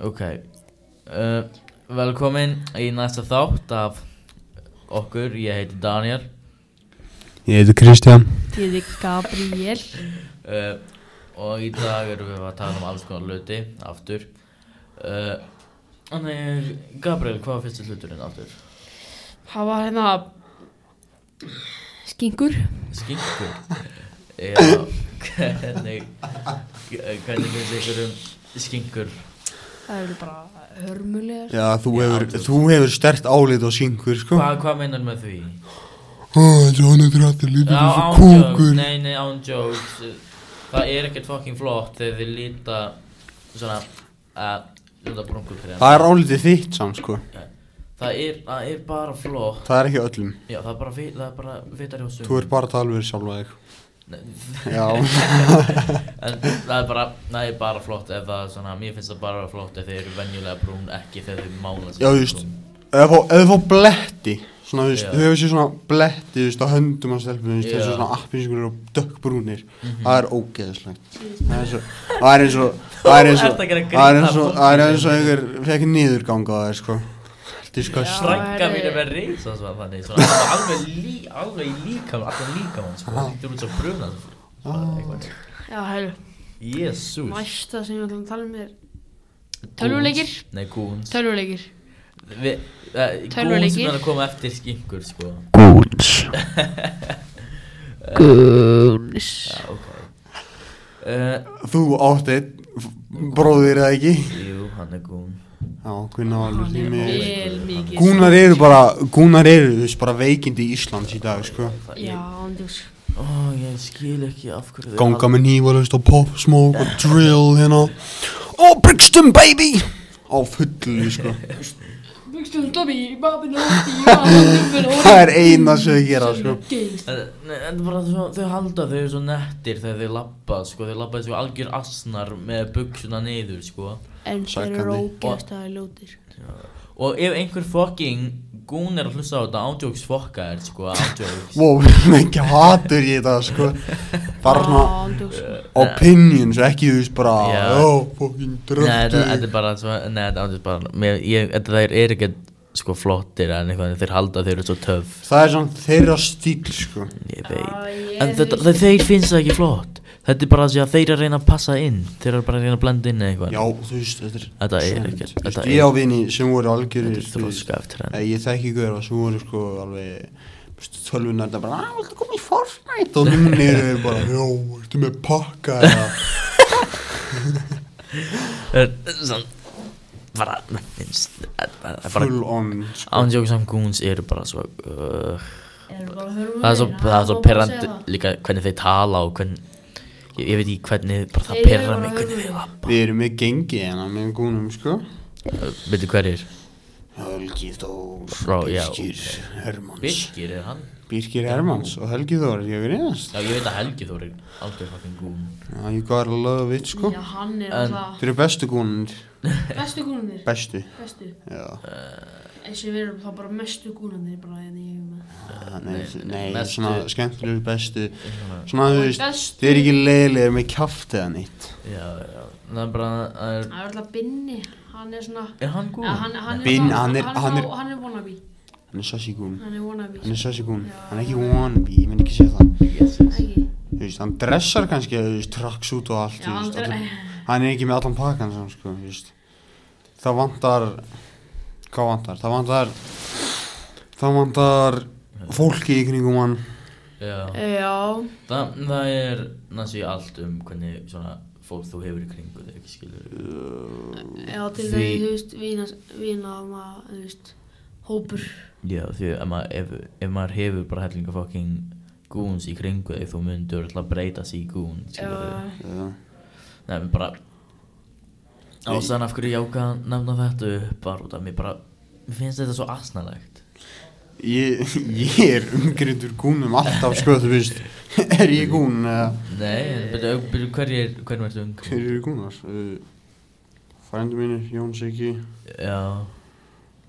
Ok, uh, velkomin í næsta þátt af okkur, ég heiti Daniel Ég heiti Kristján Ég heiti Gabriel uh, og í dag erum við að tala um alls konar hluti, aftur uh, Þannig, Gabriel, hvað var fyrsti hluturinn aftur? Það var hérna Skingur Skinkur? Já, hvernig, eh, hvernig finnst ykkur um skinkur? Það eru bara hörmulegar Já, þú Já, hefur, þú- þú hefur stert álið á skingur, sko Hva, hvað meinar með því? Ó, þessi hann eftir allir lítið Já, þessu án jokes, kúkur nei, nei, án jokes Það er ekkert fucking flott þegar þið líta svona eh, að líta bronkukrem Það er álitið þitt samt, sko það er, það er bara flott Það er ekki öllum Já, það er bara, fi- það er bara fitar hjá sumum Þú er bara að tala við sjálfa þig bara Já, En það er bara, það er bara flott ef það er svona, mér finnst það bara flott ef þið eru venjulega brún, ekki þegar þið mála sig já, þú veist Ef þú- ef þú fá bletti Svona, þú veist, Já. þú hefur sér svona bletti, þú veist, á höndum á stelpunum, þú Já. veist, Mhm. þessu svona appinskur og dökkbrúnir Það er ógeðislegt Það er svo, það er eins og Það er eins og, Þú ert að gera grín það að er eins og, fólki. það er eins og einhver fekk niðurgang á það, sko Disgust Frænka Já, mín er með reysa svona þannig, svona hún er alveg, lí, alveg líka, alltaf líka mann, sko, þú ert svo bruna, Ah. bara eitthvað Já, hælu, Jésús næsta sem ég ætla að tala um er Tölvuleikir? Nei, Goons Tölvuleikir Vi, uh, Goons Tölvuleikir? mun að koma eftir skinkur, sko Guns Já, ok uh, Þú átt einn, bróðir það ekki Jú, hann er Goon Já, Gunnar var alveg límið Vel mikið Gúnar eru bara, Gúnar eru þú veist bara veikindi í Íslands í dag, sko Það- Já, ég- andjós Ó, ég skil ekki af hverju þau Ganga hal- með nývalust og pop smoke og drill, hérna Oh, Brixton, baby! Á fullu, sko Bugstum dobi, babin ótti, babin ótti Það er eina sem þau gera, sko En Eh, nei, en bara svo, þau halda þau eru svo nettir þegar þau labba sko, þau labba svo algjör asnar með buksuna niður sko En þeir eru Sakandi. ógeðst að ljótir og ef einhver fucking Goon er að hlusta á þetta ándjóks fokka er sko, ándjóks Wow, ekki hatur ég það, sko Bara svona Andjós opinions, ekki þú veist bara Já. Oh, fucking Nei, þetta þetta dröftu er bara svo, nei, þetta er bara, mér, ég, þetta þeir eru ekki sko flottir en eitthvað, þeir halda að þeir eru svo töf, Það er svona þeirra stíl, sko ég veit. Já, ég en þetta, hef- þeir, þeir finnst það ekki flott, þetta er bara að segja að þeir eru að reyna að passa inn, þeir eru bara að reyna að blenda inn eða eitthvað. Já, þú veist, þetta er Þetta er svona, ekkert- þú veist, þetta Ég á er- vini sem voru algjörir Þetta er þú veist, þroska eftir henn. eh, Ég þekki ykkur sem voru sko alveg Tölvunar þetta bara, að, viltu koma í Fortnite Og núna eru þeir bara, já, ertu með pakka eða Sann, bara, mér finnst, það það er bara, full on sko. ándjóks og goons eru bara svo, uh, Eru bara hörmulegar, það er svo, það er svo má bara segja það. perrandi líka hvernig þeir tala og hvernig, ég, ég veit ekki hvernig, bara það Þeir eru perra bara mig hvernig þeir hörmulegir. lappa. Við erum með gengi hérna með gúnum sko Uh, Veitu hverjir? Helgi Þór, Frá- já, Birgir Hermanns Birgir er hann? Birgir Hermanns og Helgi Þór, ég verið einast Já, ég veit að Helgi Þór er aldrei fucking gún. Já, ég góðar að löða vitt sko Já, hann er En- alltaf Þeir eru bestu gúnunir, Bestu gúnarnir bestu Bestu Já, Eins og við erum þá bara mestu gúnarnir bara hérna en ég hef með Eh, nei, nei, bestu- svona skemmtilegu bestu Svona þú veist, Bestu Þið eru ekki leiðilegir með kjáft eða neitt Já, já, það er bara, það er, Það er alltaf Binni Hann er svona er hann gún? Ja, hann, hann, Binni, er, hann er- hann hann, er- er, hann er wannabe Hann er sassikún Hann er wannabe Hann er sassikún Hann er ekki wannabe, ég myndi ekki segja það Yes, yes. Ekki Þú veist, hann dressar kannski, þú veist, traks út og allt Já, þú veist, hann dre- allir- Hann er ekki með allan pakkan sem, sko, þú veist Það vantar Hvað vantar? Það vantar Það vantar fólki í kringum hann Já, Já það, það er næstu í allt um hvernig svona fólk þú hefur í kringu þig, skilur. Já til Því- því Þú veist Vína Vína maður Þú veist Hópur Já, því að maður, ef, ef maður hefur bara hellinga fucking goons í kringu þig, þú myndur alltaf breytast í goon, skilur. Já Já. Nei, mér bara, ástæðan af hverju ég ákvað að nefna þetta upp var út af mér bara, mér finnst þetta svo asnalegt. Ég, ég er umgrindur gúnum alltaf, sko, þú veist Er ég gún, eða Nei, en byrju, Eh. byrju, hverjir, hverjum ertu ung? Hver eru Eh, gúnar? Uh, Frændu mínir, Jón Siggi Já,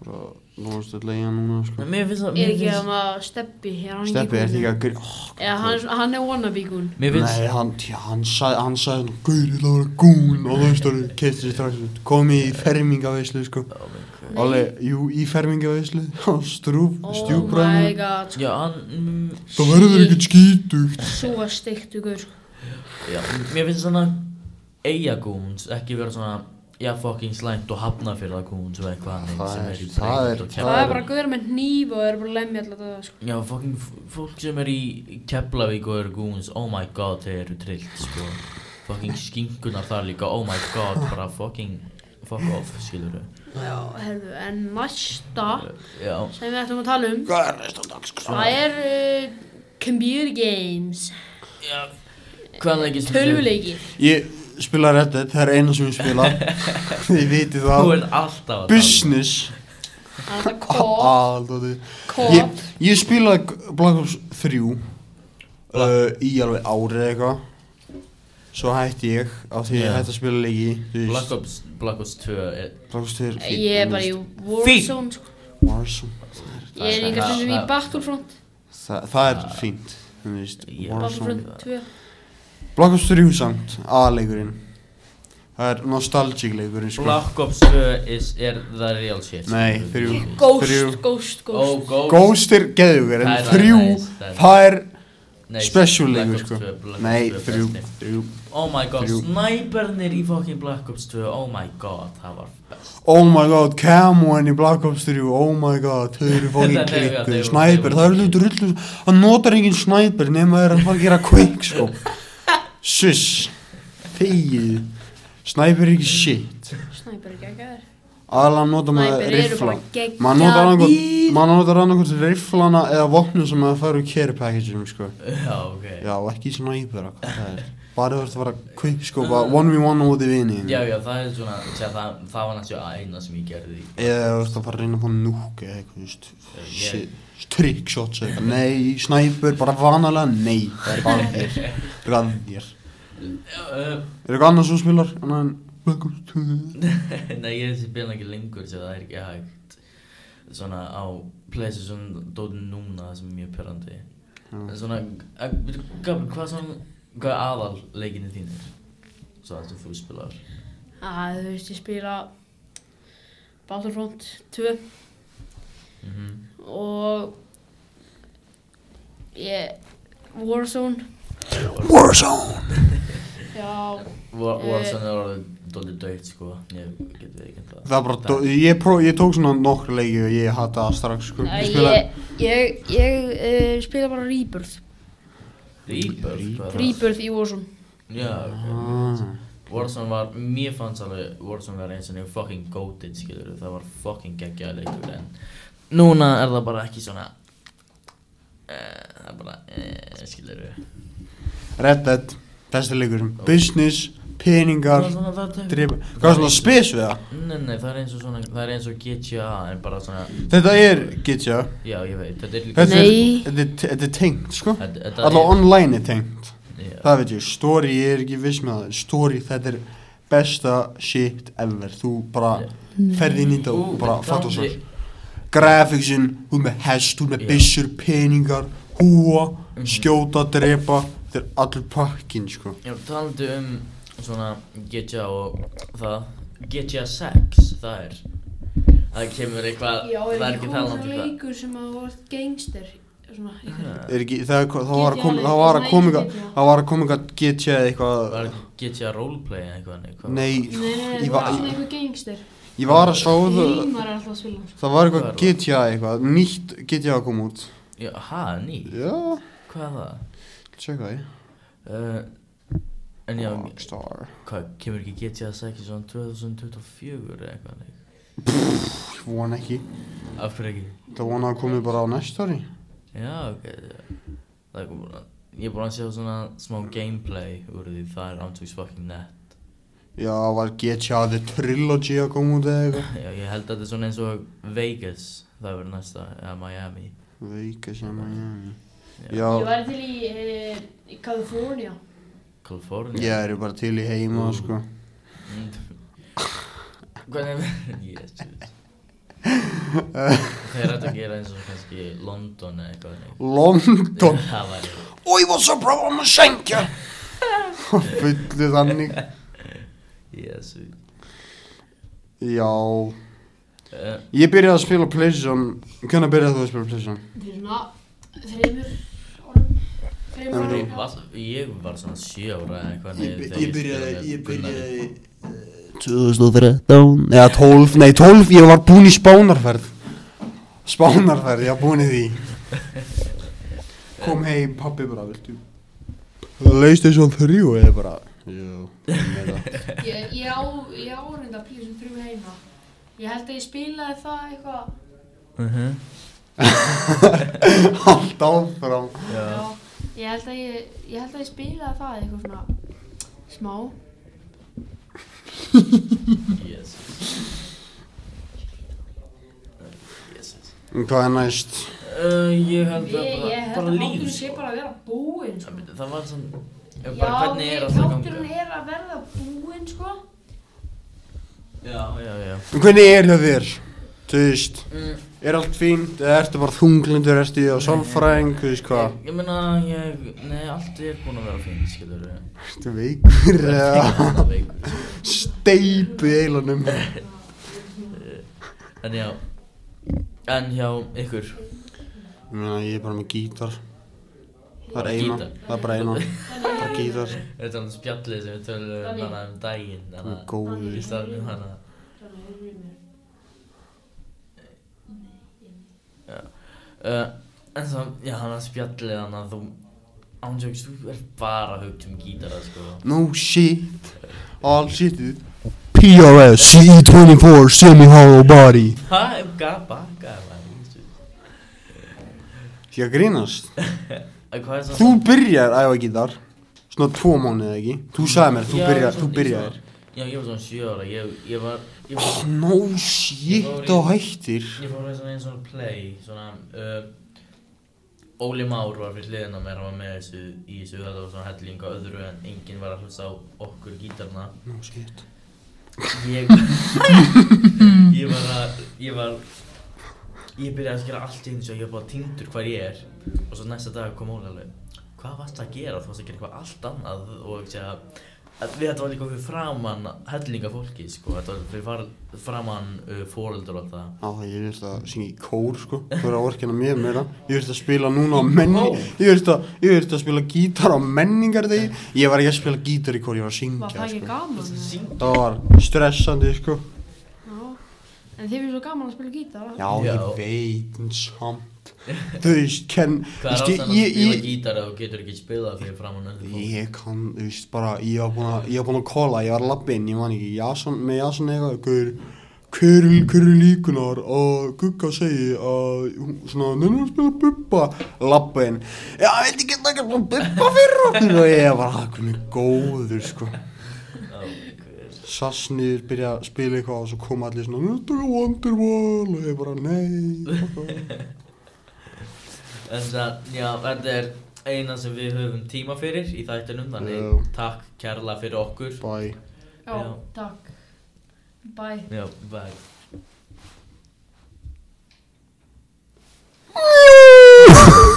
bara Lawrence Del Leia núna sko. Mér finnst það, Er mér ekki að finnst, maður steppi, er hann Steppi er ekki líka gún? grín oh, Eða hann, hann er wannabe gún. mér finnst, Nei, hann, já, hann sagði, hann sagði hann, Gaur, ég laði að gún og þú veist, þú keistir sér strax komið í fermingaveislu, sko Já, minn- Nei. Alveg, jú, í fermingaveislu hann strúp, Oh my stjúbræðinu god, já, hann, mm, Það verður ekkert skítugt svo var sko. steikt ykkur. já, mér finnst svona eigagúns, ekki vera svona, já, fucking slæmt og hafna fyrir það gúns og eitthvað annað Það sem er- er í það er- breynd og Það er- er bara gaur með hníf og er bara að lemja alltaf það, sko. Já, fucking f- fólk sem er í Keflavík og eru goons, oh my god, þeir eru trillt, sko. Fucking skinkunar þar líka, oh my god, bara fucking, fuck off, skilur þau. Já, herðu, en næsta Já, sem við ætlum að tala um, Hvað er næsta dag, sko? það er uh, computer games, já, hvaðan leikist tölvuleiki. Ég spila Red Dead, það er eina sem ég spila Þið viti Þú það er alltaf að um? Business Það er þetta Aldóti kóp, Ah, Ég, ég spilaði G- Black Ops 3 uh, í alveg árið eitthvað Svo hætti ég á því að Já. ég hætti að spila leiki þú veist. Black Ops, Black Ops 2 er... Black Ops 2 er fínt, ég er þú bara í veist. Warzone, sko. Warzone Ég er líka Það- stundum í það- Battlefront, Þa, Það er fínt þú veist, Já. Warzone Battlefront 2. Black Ops 3 samt, aðleikurinn Það er nostalgic leikurinn sko Black Ops 2 is, er the real shit. Nei, skilur þrjú. þau. Þrjú. Ghost, Ghost, Ó, Ghost. Ghost. Ghost er geðugur en Það er- það þrjú, er nice, það er- það er Nei, special Black leikur Ops sko 2, Black Ops Nei, 2 er þrjú, besti. þrjú Oh my god, Þrjú. snæpernir í fucking Black Ops 2, oh my god, það var best. Oh my god, Camoen í Black Ops 3 Oh my god, þau eru fókin Þetta er- þetta klikku er- Snæper, það eru drullu Hann notar engin snæper nema þegar hann fara að gera quick sko Suss Þegið Snæper er ekki shit Snæper er geggar. Aðalega notar maður Snæper eru rifla bara geggar. Man notar annarkot Man notar annarkot riflana eða vopnum sem að fara úr care packageum sko Já, ok. Já, ekki snæper hvað það er Bara þú ert að fara quick sko bara 1v1 á móti vini Já, já, það er svona, tjá, það, það var náttúrulega eina sem ég gerði í. Eða þú ert að fara að reyna að fá núk eða eitthvað, þú veist Ég- shit, Trickshots eða eitthvað, nei, snæpur, bara vanalega, nei, það er bara þér Rannir Uh, Er eitthvað annars sem þú spilar? Annað en Black Ops 2 Nei, ég spila ekki lengur sem það er ekki hægt Svona á Playstation dótin núna það sem er mjög perrandi En svona, eh, veitu, Gabriel, hvað svona, hvað er aðal leikinni þínir? Svo það sem þú spilar Að Ah, þú veist, ég spila Battlefront 2 mm -hmm. Mhm. og ég Warzone Warzone já, Eh. Warzone er orðið dótið dögt sko, ég get við ekki um það Það er bara, dó- ég, pró, ég tók svona nokkra leiki og ég hata það strax sko Nei, Ég spilaði ég, ég, ég uh, spila bara Rebirth Rebirth, hvað er það? Rebirth í Warzone Já, ok Ah, Warzone var, mér fannst alveg Warzone var eins og nefn fucking goated skilur það var fucking geggjaði leikur en núna er það bara ekki svona eh, það er bara uh, skilur Red Dead, besti leikurinn Business, peningar, drip Hvað er svona spes við það? Nei, nei, það er eins og svona, það er eins og GTA en bara svona, Þetta er, get já já ég veit, þetta er líka Þetta er, Nei. þetta er- þetta er tengt sko Þetta- þetta Allá er- online er tengt Já, Það veit ég, story, ég er ekki viss með það Story, þetta er besta shit ever Þú bara ferði inn í þetta og Ú, bara þetta fattu svo er- Grafiksin, hún með hest, hún með Já. Mhm. byssur, peningar, húa, skjóta, drepa Þetta er allur pakkin, sko já, talandi um svona GTA og það GTA 6, það er það kemur eitthvað, það er ekki talandi um það leikur sem að voru gangster svona, Ha. Er ekki, það, er ko- það var að koma, GTA, það var að nei, koma eitthvað- GTA. Það var að koma eitthvað GTA eða Var eitthvað GTA roleplay eða eitthvað? Nei, hvað? Nei, nei, nei, nei, ég það var, var svona einhver gangster ég var að sjá það Hilmar er alltaf að spila hann, sko. Það Hvað var eitthvað er það? GTA eitthvað, nýtt GTA að koma út Já, ha, ný? Já, Hvað er það? tjekka því Uh, en já, Rockstar hvað, kemur ekki GTA 6 í svona 2024 eða eitthvað? Nei? Ég vona ekki Af hverju ekki? Það vona að komi bara á næsta ári Já, ok, já. Það er komið að... Ég er búin að sjá svona smá gameplay úr því það er ántúks fucking net. Já, var GTA The Trilogy að koma út eða eitthvað Já, ég held að þetta er svona eins og Vegas, það verður næsta, eða Miami. Veika sem að ég ég Já, væri til í, eh, í California California. ég er bara til í heima sko Mm. Hvernig... Yes, yes. Þeir eru að gera eins og kannski London eða eitthvað þannig. London Það væri Oi, what's up bro, I'm a shankja Fullu þannig Jésu Já uh, Ég byrjaði að spila Playstation Hvernig byrjaði þú að spila Playstation? Fyrir svona þreymur orðum. Þreymur En orðum. Ég var svona sjö ára eða eitthvað Ég, þegar by- ég byrjaði, spilaði ég Gunnar. byrjaði, 2013 Eða 12, nei 12, ég var búinn í spánarferð Spánarferð, ég var búinn í því Kom heim, pabbi bara, viltu Playstation 3 og ég bara Jú, með það Ég, ég á, ég á reynda plísum þrjum heima. Ég held að ég spilaði það eitthvað. Mhm. Allt áfram Já. Já. Ég held að ég, ég held að ég spilaði það eitthvað svona smá. Jésus Jésus Hvað er næst? uh, Ég held að Ég, ég bara, held bara að líf þátturinn sé sko. bara að vera búinn sko. Það var svona eh, Já, bara hvernig er ég- allt að þátturinn ganga er að verða búinn sko. Já, já, já Hvernig er hjá þér? Þú veist, mm, er allt fínt? Eða ertu bara þunglindur, ertu í á sálfræðing? Þú veist Ég, hvað? Eh, ég meina, ég, nei, allt er búin að vera fín, skilur við Ertu veikur eða Það er veikur sko. steipi í eilanum? En já En hjá ykkur Ég meina, ég er bara með gítar Það er Bara eina, gítar? það er bara eina Bara gítar, Þetta er alveg spjallið sem við tölum um hana um daginn Þú Þannig er að góður Í staðnum hana uh, En svo, já, hann að spjallið hann að þú Ánsjóks, þú ert bara hugt um gítara, sko No shit All shit dude. PRS CE24 E Semi-Hollow Body Ha, um gaba, gaba Æ, Ég að grínast hvað er svo Þú byrjar að æfa gítar Svona tvo mánuði eða ekki Þú sagði mér, þú Já, byrjar, svo- þú ég byrjar svona- Já, ég var svona sjö ára, ég, ég var Ég var oh, No shit á hættir Ég fór að svona einn svona play svona, uh, Óli Már var fyrir hliðina á mér hann var með þessu, í þessu þetta var svona helling á öðru en enginn var að hlusta á okkur gítarna No shit ég ég var að ég var ég byrjaði að gera allt eins og ég var bara tindur hvar ég er og svo næsta dag kom Óli alveg hvað varst að gera þú varst að gera eitthvað allt annað og ekki að að við þetta var líka fyrir framann hellinga fólki sko þetta var fyrir far- framann uh, fóreldur og allt það Á, ég veist að syngja í kór sko Þú er að orkina mér meira Ég veist að spila núna á menning Ég veist að, ég veist að spila gítar á menningar Ég var ekki að spila gítar í kór, ég var að Var það syngja Þú varst sko. ekki að gaman? syngja Það var stressandi sko Já. En þið finnst svo gaman að spila gítar. Já, Já. ég veit en samt Þú veist, ken Hvað er veist, ástæðan að ég, spila ég, gítar ef þú getur ekki spilað fyrir framann öllum fólk? ég kann, þú veist, bara Ég var búin að, ég var búin að kóla, ég var að labba inn Ég man ekki, Jason, með Jason eitthvað Hver, hver, hver er líkunar að Gugga segi að hún- Svona, nefnum að spila bubba Labba inn, já, veit ekki Það er ekki að bubba fyrir okkur Og ég var að, hvernig góður, sko Sassnir byrja að spila eitthvað og svo koma allir svona Þetta er Wonderwall og ég bara nei fuck off." En það, já, þetta er eina sem við höfum tíma fyrir í þættinum Þannig Já. takk kærlega fyrir okkur Bye Já, Já. takk. Bye. Já, bye